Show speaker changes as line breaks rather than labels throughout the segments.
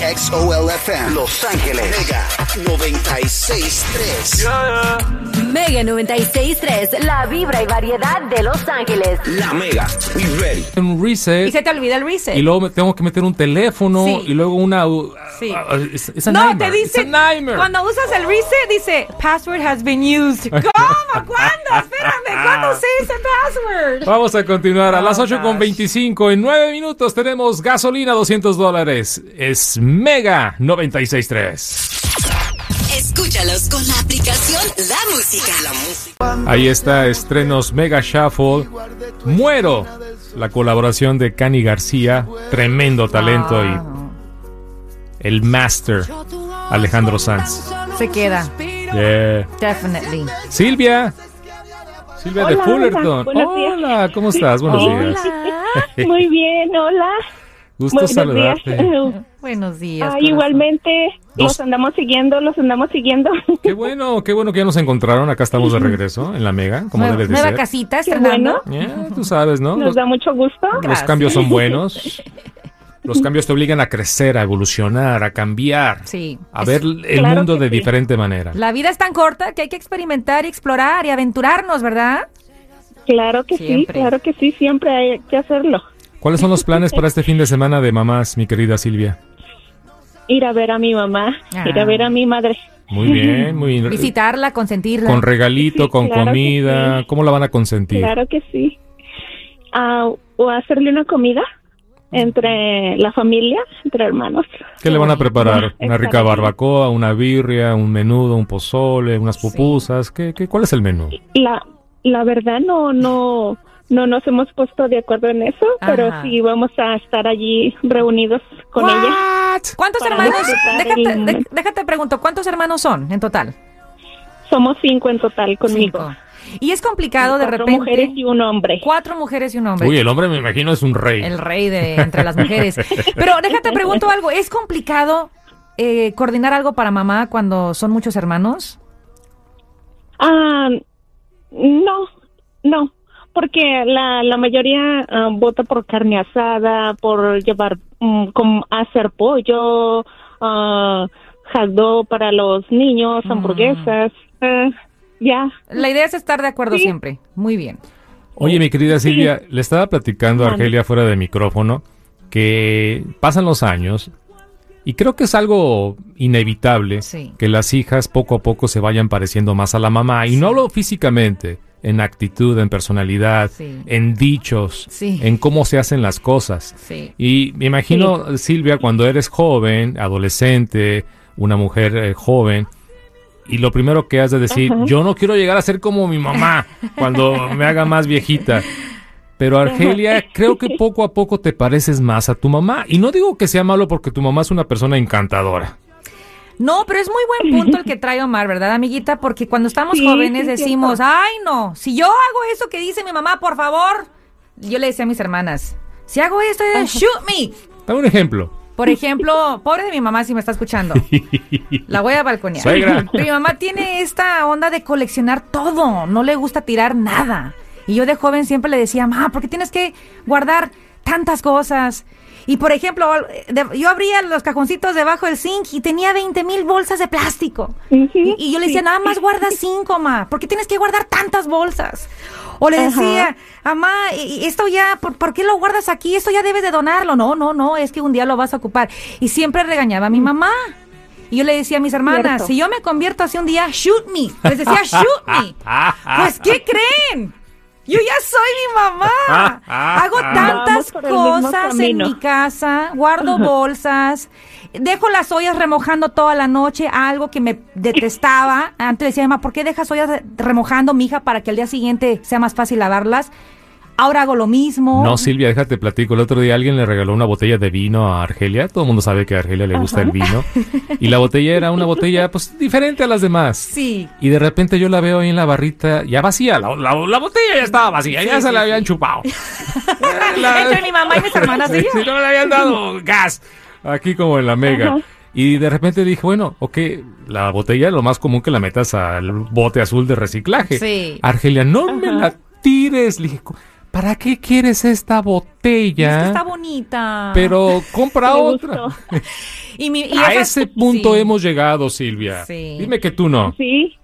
XOLFM Los Ángeles Mega 963
Mega 96.3, la vibra y variedad de Los Ángeles.
La Mega We ready
hacer un
Y se
reset
te olvida el reset.
y luego me- tengo que meter un teléfono
Sí.
y luego una
Sí.
es a
no, te
nightmare. It's
dice.
a nightmare.
Cuando usas el reset, dice password has been used. ¿Cómo? ¿Cuándo? Espérame, ¿cuándo usé ese password?
Vamos a continuar a las 8.25. En 9 minutos tenemos gasolina 200 dólares. Es Mega 96.3.
Escúchalos con la aplicación La Música.
Ahí está, estrenos Mega Shuffle. Muero. La colaboración de Cani García. Tremendo talento y el master Alejandro Sanz.
Se queda,
Yeah.
definitely.
Silvia. Silvia de
Hola,
Fullerton.
buenos días.
Hola, ¿cómo estás? Buenos días.
Muy bien, hola.
Gusto
Buenos
saludarte.
días.
Buenos días.
Ah,
corazón.
igualmente,
Dos.
los andamos siguiendo, los andamos siguiendo.
Qué bueno, qué bueno que ya nos encontraron. Acá estamos de regreso en la Mega, como
Nueva,
debes de
nueva
ser.
casita
Qué
estrenando.
Ya, tú sabes, ¿no?
Nos
Los,
da mucho gusto.
los cambios son buenos. Los cambios te obligan a crecer, a evolucionar, a cambiar,
Sí.
a
Es-
ver el
claro
mundo
que
de
sí.
diferente manera.
La vida es tan corta que hay que experimentar y explorar y aventurarnos, ¿verdad?
Claro que
Siempre.
sí, claro que sí, siempre hay que hacerlo.
¿Cuáles son los planes para este fin de semana de mamás, mi querida Silvia?
Ir a ver a mi mamá,
Ah.
ir a ver a mi madre.
Muy bien, muy bien.
Visitarla, consentirla.
Con regalito,
Sí,
con
claro que
comida.
sí.
¿Cómo la van a consentir?
Claro que sí. Ah, o hacerle una comida entre la familia, entre hermanos.
¿Qué le van a preparar?
Exacto.
¿Una rica barbacoa, una birria, un menudo, un pozole, unas pupusas? ¿Qué, qué, cuál es el menú?
La, la verdad no, no, no nos hemos puesto de acuerdo en eso, pero
Ajá.
sí vamos a estar allí reunidos con
¿What?
ella.
¿Cuántos
Para
hermanos?
disfrutar
Déjate,
el
de-
momento.
déjate pregunto, ¿cuántos hermanos son en total?
Somos cinco en total conmigo.
Cinco. Y es complicado de
Cuatro
repente.
mujeres y un hombre.
Cuatro mujeres y un hombre.
Uy, el hombre me imagino es un rey.
El rey de entre las mujeres. Pero déjate pregunto algo, ¿es complicado eh, coordinar algo para mamá cuando son muchos hermanos?
Ah, no, no, porque la, la mayoría ah, vota por carne asada, por llevar, mm, com- hacer pollo, ah, hot dog para los niños, hamburguesas,
Mm.
ah, ya.
La idea es estar de acuerdo
Sí.
siempre. Muy bien.
Oye, mi querida Silvia, le estaba platicando a Argelia fuera de micrófono que pasan los años y creo que es algo inevitable
Sí.
que las hijas poco a poco se vayan pareciendo más a la mamá. Y no hablo físicamente, en actitud, en personalidad,
Sí.
en dichos,
Sí.
en cómo se hacen las cosas.
Sí.
Y me imagino, Silvia, cuando eres joven, adolescente, una mujer eh, joven, y lo primero que has de decir, yo no quiero llegar a ser como mi mamá cuando me haga más viejita. Pero Argelia, creo que poco a poco te pareces más a tu mamá. Y no digo que sea malo porque tu mamá es una persona encantadora.
No, pero es muy buen punto el que trae Omar, ¿verdad, amiguita? Porque cuando estamos
Sí,
jóvenes
sí, es
decimos, ay, no, si yo hago eso que dice mi mamá, por favor. Yo le decía a mis hermanas, si hago esto, shoot me.
Dame un ejemplo.
Por ejemplo, pobre de mi mamá si me está escuchando. La voy a balconear.
Suegra.
Pero mi mamá tiene esta onda de coleccionar todo, no le gusta tirar nada. Y yo de joven siempre le decía, mamá, ¿por qué tienes que guardar tantas cosas? Y por ejemplo, al- de- yo abría los cajoncitos debajo del zinc y tenía 20 mil bolsas de plástico.
Ujú,
Y, y yo le decía,
sí.
nada "Ah, más guarda cinco, ma. ¿Por qué tienes que guardar tantas bolsas? O le decía, mamá, y- y esto ya, ¿por, por qué lo guardas aquí? Esto ya debes de donarlo. No, no, no, es que un día lo vas a ocupar. Y siempre regañaba a mi mamá. Y yo le decía a mis hermanas,
Cierto.
si yo me convierto así un día, shoot me. Les decía, shoot me. pues, ¿qué creen? Yo ya soy mi mamá. Hago tantas
Vamos por el mismo
cosas en
camino.
mi casa, guardo bolsas, dejo las ollas remojando toda la noche, algo que me detestaba. Antes decía, mamá, ¿por qué dejas ollas remojando, mija, para que al día siguiente sea más fácil lavarlas? Ahora hago lo mismo.
No, Silvia, déjate platico. El otro día alguien le regaló una botella de vino a Argelia. Todo el mundo sabe que a Argelia le gusta el vino. Y la botella era una botella, pues, diferente a las demás.
Sí.
Y de repente yo la veo ahí en la barrita, ya vacía, la, la- la botella ya estaba vacía, ya se la habían chupado. La-
Entre mi mamá y mis hermanas y yo.
Sí, no le habían dado gas, aquí como en la mega. Y de repente dije, bueno, ok, la botella lo más común que la metas al bote azul de reciclaje.
Sí.
Argelia, no me la tires. Le dije, ¿para qué quieres esta
Es que
botella?
está bonita.
Pero compra
Me
otra.
gustó.
Y mi- y
A
esas-
ese punto
sí.
hemos llegado, Silvia.
Sí.
Dime que tú no.
Sí.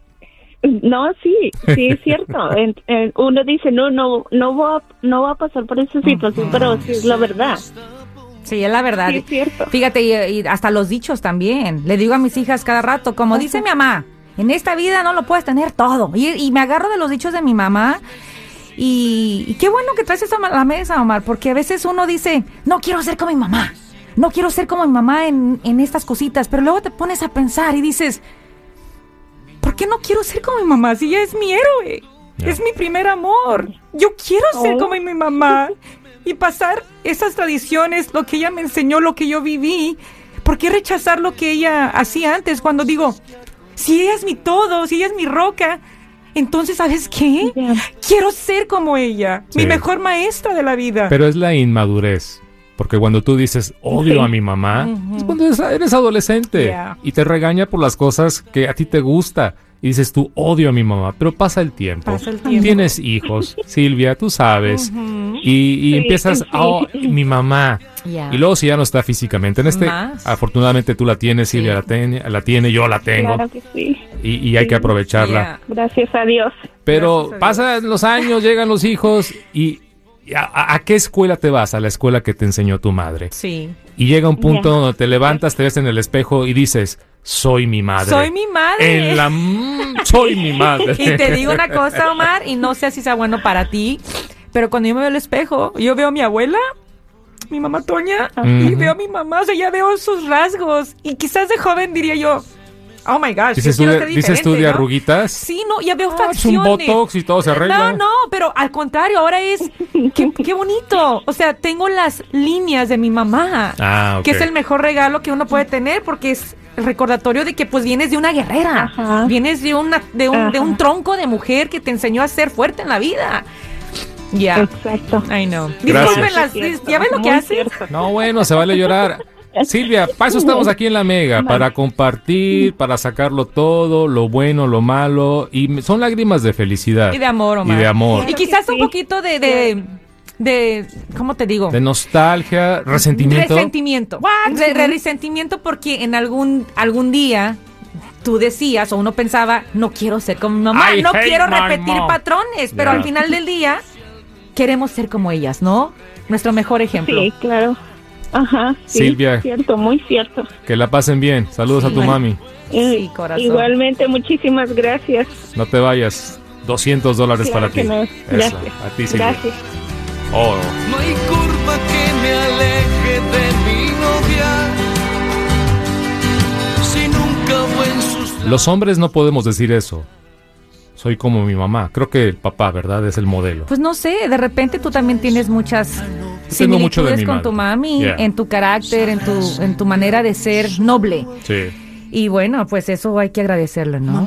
No, sí, sí es cierto. En- en- uno dice, no, no, no va, no va a pasar por
Mm.
esa situación, pero sí es la verdad.
Sí, es la verdad.
Sí, es cierto.
Fíjate, y, y hasta los dichos también. Le digo a mis hijas cada rato, como dice mi mamá, en esta vida no lo puedes tener todo. Y, y me agarro de los dichos de mi mamá. Y, y qué bueno que traes eso a la mesa, Omar, porque a veces uno dice, no quiero ser como mi mamá. No quiero ser como mi mamá en, en estas cositas. Pero luego te pones a pensar y dices, ¿por qué no quiero ser como mi mamá? Si ella es mi héroe.
Ya.
Es mi primer amor. Yo quiero ser
Oh.
como mi mamá y pasar esas tradiciones, lo que ella me enseñó, lo que yo viví. ¿Por qué rechazar lo que ella hacía antes cuando digo, si ella es mi todo, si ella es mi roca? Entonces, ¿sabes qué?
Ya.
Quiero ser como ella,
Sí.
mi mejor maestra de la vida.
Pero es la inmadurez. Porque cuando tú dices odio a mi mamá, es cuando eres- eres adolescente
Yeah.
y te regaña por las cosas que a ti te gusta. Y dices tú odio a mi mamá, pero pasa el tiempo.
Pasa el tiempo.
Tienes hijos, Silvia, tú sabes. Y, y
Sí,
empiezas,
sí.
oh, mi mamá.
Yeah.
Y luego si ya no está físicamente. En este,
Más.
afortunadamente tú la tienes, Silvia la, tiene, la tiene, yo la tengo.
Claro que sí.
Y, y hay que
Sí.
aprovecharla.
Yeah.
Gracias a Dios.
Pero
Gracias a
pasan los años, llegan los hijos y y a- a, a qué escuela te vas? A la escuela que te enseñó tu madre.
Sí.
Y llega un punto
Ya.
donde te levantas, te ves en el espejo y dices, soy mi madre.
Soy mi madre.
En la... mm, soy mi madre.
Y te digo una cosa, Omar, y no sé si sea bueno para ti, pero cuando yo me veo al espejo, yo veo a mi abuela, mi mamá Toña, y
Ujú.
veo a mi mamá, o sea, ya veo sus rasgos. Y quizás de joven diría yo, oh my gosh, yo
Dices tú
quiero
de,
ser
dices tú
diferente,
de
¿no?
arruguitas.
Sí, no, ya veo
Ah, es un
facciones.
botox y todo se arregla.
No, no, pero al contrario, ahora es, qué, qué bonito. O sea, tengo las líneas de mi mamá,
Ah, ok.
que es el mejor regalo que uno puede tener porque es el recordatorio de que pues vienes de una guerrera,
Ajá.
vienes de, una, de, un, de un
Ajá.
tronco de mujer que te enseñó a ser fuerte en la vida. Ya.
Exacto.
I know.
Gracias.
Disculpen las, dis- ya ves lo que
Muy
haces.
cierto.
No, bueno, se vale llorar. Silvia, para eso estamos aquí en la Mega, para compartir, para sacarlo todo, lo bueno, lo malo, y me- son lágrimas de felicidad.
Y de amor, Omar.
Y de amor.
Y
Claro que
quizás un
sí.
poquito de, de, de, ¿cómo te digo?
De nostalgia, resentimiento.
Resentimiento. Re- re- resentimiento porque en algún, algún día tú decías o uno pensaba, no quiero ser como mi mamá,
I
no
hate
quiero
my
repetir
mom."
patrones, pero
Ya.
al final del día queremos ser como ellas, ¿no? Nuestro mejor ejemplo.
Sí, claro. Ajá. Sí,
Silvia.
Cierto, muy cierto.
que la pasen bien. Saludos a tu mami.
Sí,
Eh,
corazón.
Igualmente, muchísimas gracias.
No te vayas. 200 dólares
Claro
para
que
ti.
no.
Eso,
Gracias.
a ti, Silvia.
Gracias.
Oh,
No hay curva que me aleje de mi novia. Si nunca fue en sus
los hombres no podemos decir eso. Soy como mi mamá. Creo que el papá, ¿verdad? Es el modelo.
Pues no sé, de repente tú también tienes muchas
Tengo mucho de
similitudes
mi
con
madre.
tu mami,
Yeah.
en tu carácter, en tu, en tu manera de ser noble.
Sí.
Y bueno, pues eso hay que agradecerle, ¿no?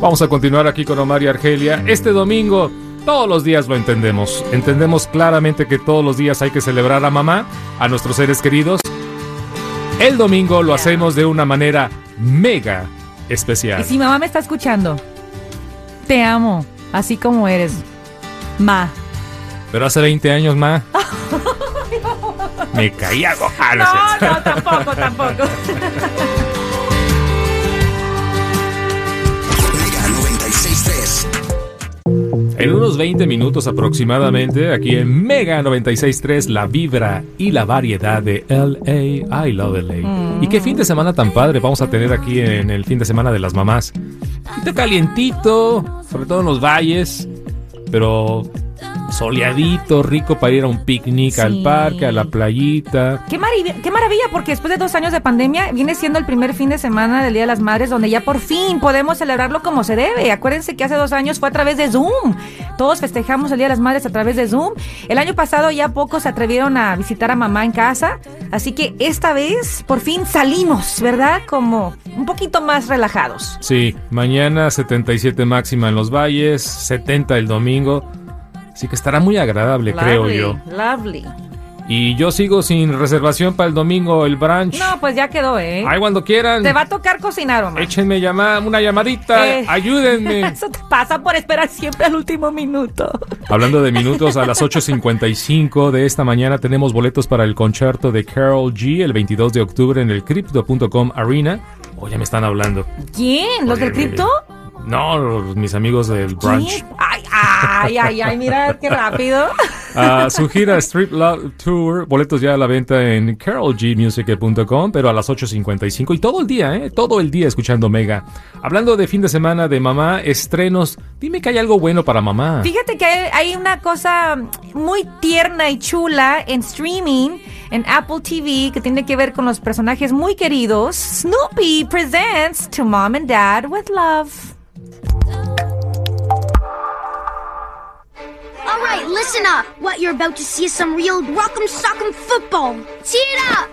Vamos a continuar aquí con Omar y Argelia. Este domingo, todos los días lo entendemos. Entendemos claramente que todos los días hay que celebrar a mamá, a nuestros seres queridos. El domingo lo hacemos de una manera mega especial.
Y si mamá me está escuchando, te amo, así como eres. Ma.
Pero hace 20 años más. Me caía a no, es cierto.
no, tampoco, tampoco.
Mega 963.
En unos 20 minutos aproximadamente, aquí en Mega 963, la vibra y la variedad de LA. I love LA. Y qué fin de semana tan padre vamos a tener aquí en el fin de semana de las mamás. Está calientito, sobre todo en los valles, pero soleadito, rico para ir a un picnic al
Sí.
parque, a la playita.
Qué, mariv- qué maravilla, porque después de dos años de pandemia viene siendo el primer fin de semana del Día de las Madres donde ya por fin podemos celebrarlo como se debe. Acuérdense que hace dos años fue a través de Zoom. Todos festejamos el Día de las Madres a través de Zoom. El año pasado ya pocos se atrevieron a visitar a mamá en casa, así que esta vez por fin salimos, ¿verdad? Como un poquito más relajados.
Sí, mañana 77 máxima en los valles, 70 el domingo. Así que estará muy agradable, creo yo.
Lovely.
Y yo sigo sin reservación para el domingo, el brunch.
No, pues ya quedó, ¿eh?
Ahí cuando quieran.
Te va a tocar cocinar, Omar.
Échenme llama- una llamadita.
Eh.
Ayúdenme.
Eso te pasa por esperar siempre al último minuto.
Hablando de minutos, a las 8.55 de esta mañana tenemos boletos para el concierto de Carol G el 22 de octubre en el Crypto.com Arena. Oye, me están hablando.
¿Quién? ¿Los del
Oye,
cripto?
No, los- mis amigos del brunch.
¿Quién? Ay, ay, ay, ay, mira qué rápido.
Ah, su gira Strip Love Tour, boletos ya a la venta en carolgmusic.com, pero a las 8.55 y todo el día, ¿eh? Todo el día escuchando Mega. Hablando de fin de semana de mamá, estrenos, dime que hay algo bueno para mamá.
Fíjate que hay, hay una cosa muy tierna y chula en streaming, en Apple TV, que tiene que ver con los personajes muy queridos. Snoopy presents To Mom and Dad with Love.
All right, listen up. What you're about to see is some real rock'em sock'em football. Tee it up.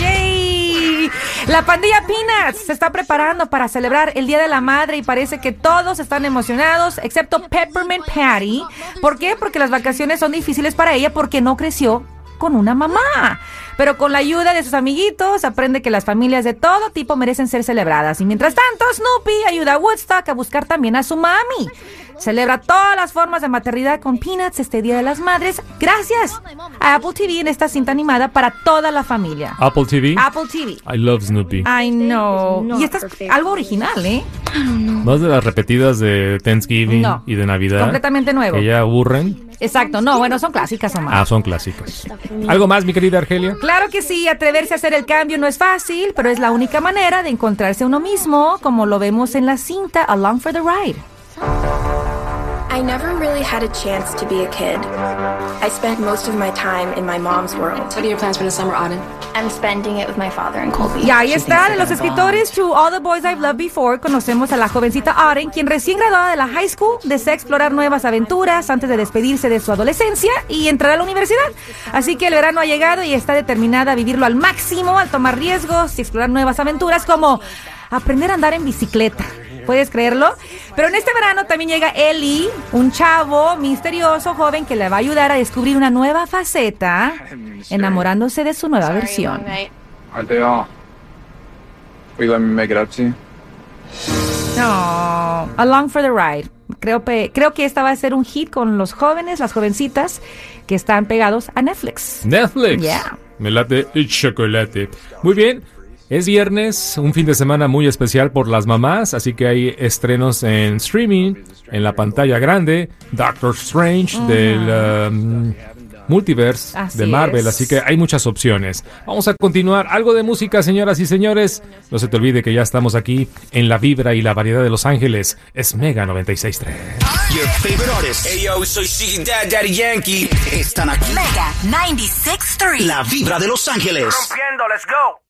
¡Yay! La pandilla Peanuts se está preparando para celebrar el Día de la Madre y parece que todos están emocionados, excepto Peppermint Patty. ¿Por qué? Porque las vacaciones son difíciles para ella porque no creció con una mamá. Pero con la ayuda de sus amiguitos aprende que las familias de todo tipo merecen ser celebradas. Y mientras tanto, Snoopy ayuda a Woodstock a buscar también a su mami. Celebra todas las formas de maternidad con Peanuts este Día de las Madres gracias a Apple TV en esta cinta animada para toda la familia.
Apple TV.
Apple TV.
I love Snoopy.
I know. Y esta es algo original, ¿eh?
Más de las repetidas de Thanksgiving
No.
y de Navidad.
Completamente nuevo.
Que ya aburren.
Exacto. No, bueno, son clásicas, Omar.
Ah, son clásicas. ¿Algo más, mi querida Argelia?
Claro que sí, atreverse a hacer el cambio no es fácil, pero es la única manera de encontrarse a uno mismo, como lo vemos en la cinta Along for the Ride.
I never really had a chance to be a kid. I spent most of my time in my mom's world.
What are your plans for the summer, Auden?
I'm spending it with my father and Colby.
Y ahí está, de los escritores To All the Boys I've Loved Before, conocemos a la jovencita Aren, quien recién graduada de la high school, desea explorar nuevas aventuras antes de despedirse de su adolescencia y entrar a la universidad. Así que el verano ha llegado y está determinada a vivirlo al máximo, al tomar riesgos y explorar nuevas aventuras como aprender a andar en bicicleta. ¿Puedes creerlo? Pero en este verano también llega Eli, un chavo misterioso joven que le va a ayudar a descubrir una nueva faceta, enamorándose de su nueva versión.
Aren't they all? Will you let me make it up to you?
No, Along for the Ride. Creo, pe- creo que esta va a ser un hit con los jóvenes, las jovencitas que están pegados a Netflix.
Netflix.
Yeah.
Me late el chocolate. Muy bien. Es viernes, un fin de semana muy especial por las mamás, así que hay estrenos en streaming, en la pantalla grande, Doctor Strange del um, multiverse
Así
de Marvel,
es.
así que hay muchas opciones. Vamos a continuar. Algo de música, señoras y señores. No se te olvide que ya estamos aquí en la vibra y la variedad de Los Ángeles. Es Mega 963.
Your favorite artist. Hey yo, soy Siggy Dad Daddy Yankee. Están aquí.
Mega 96.3.
La vibra de Los Ángeles.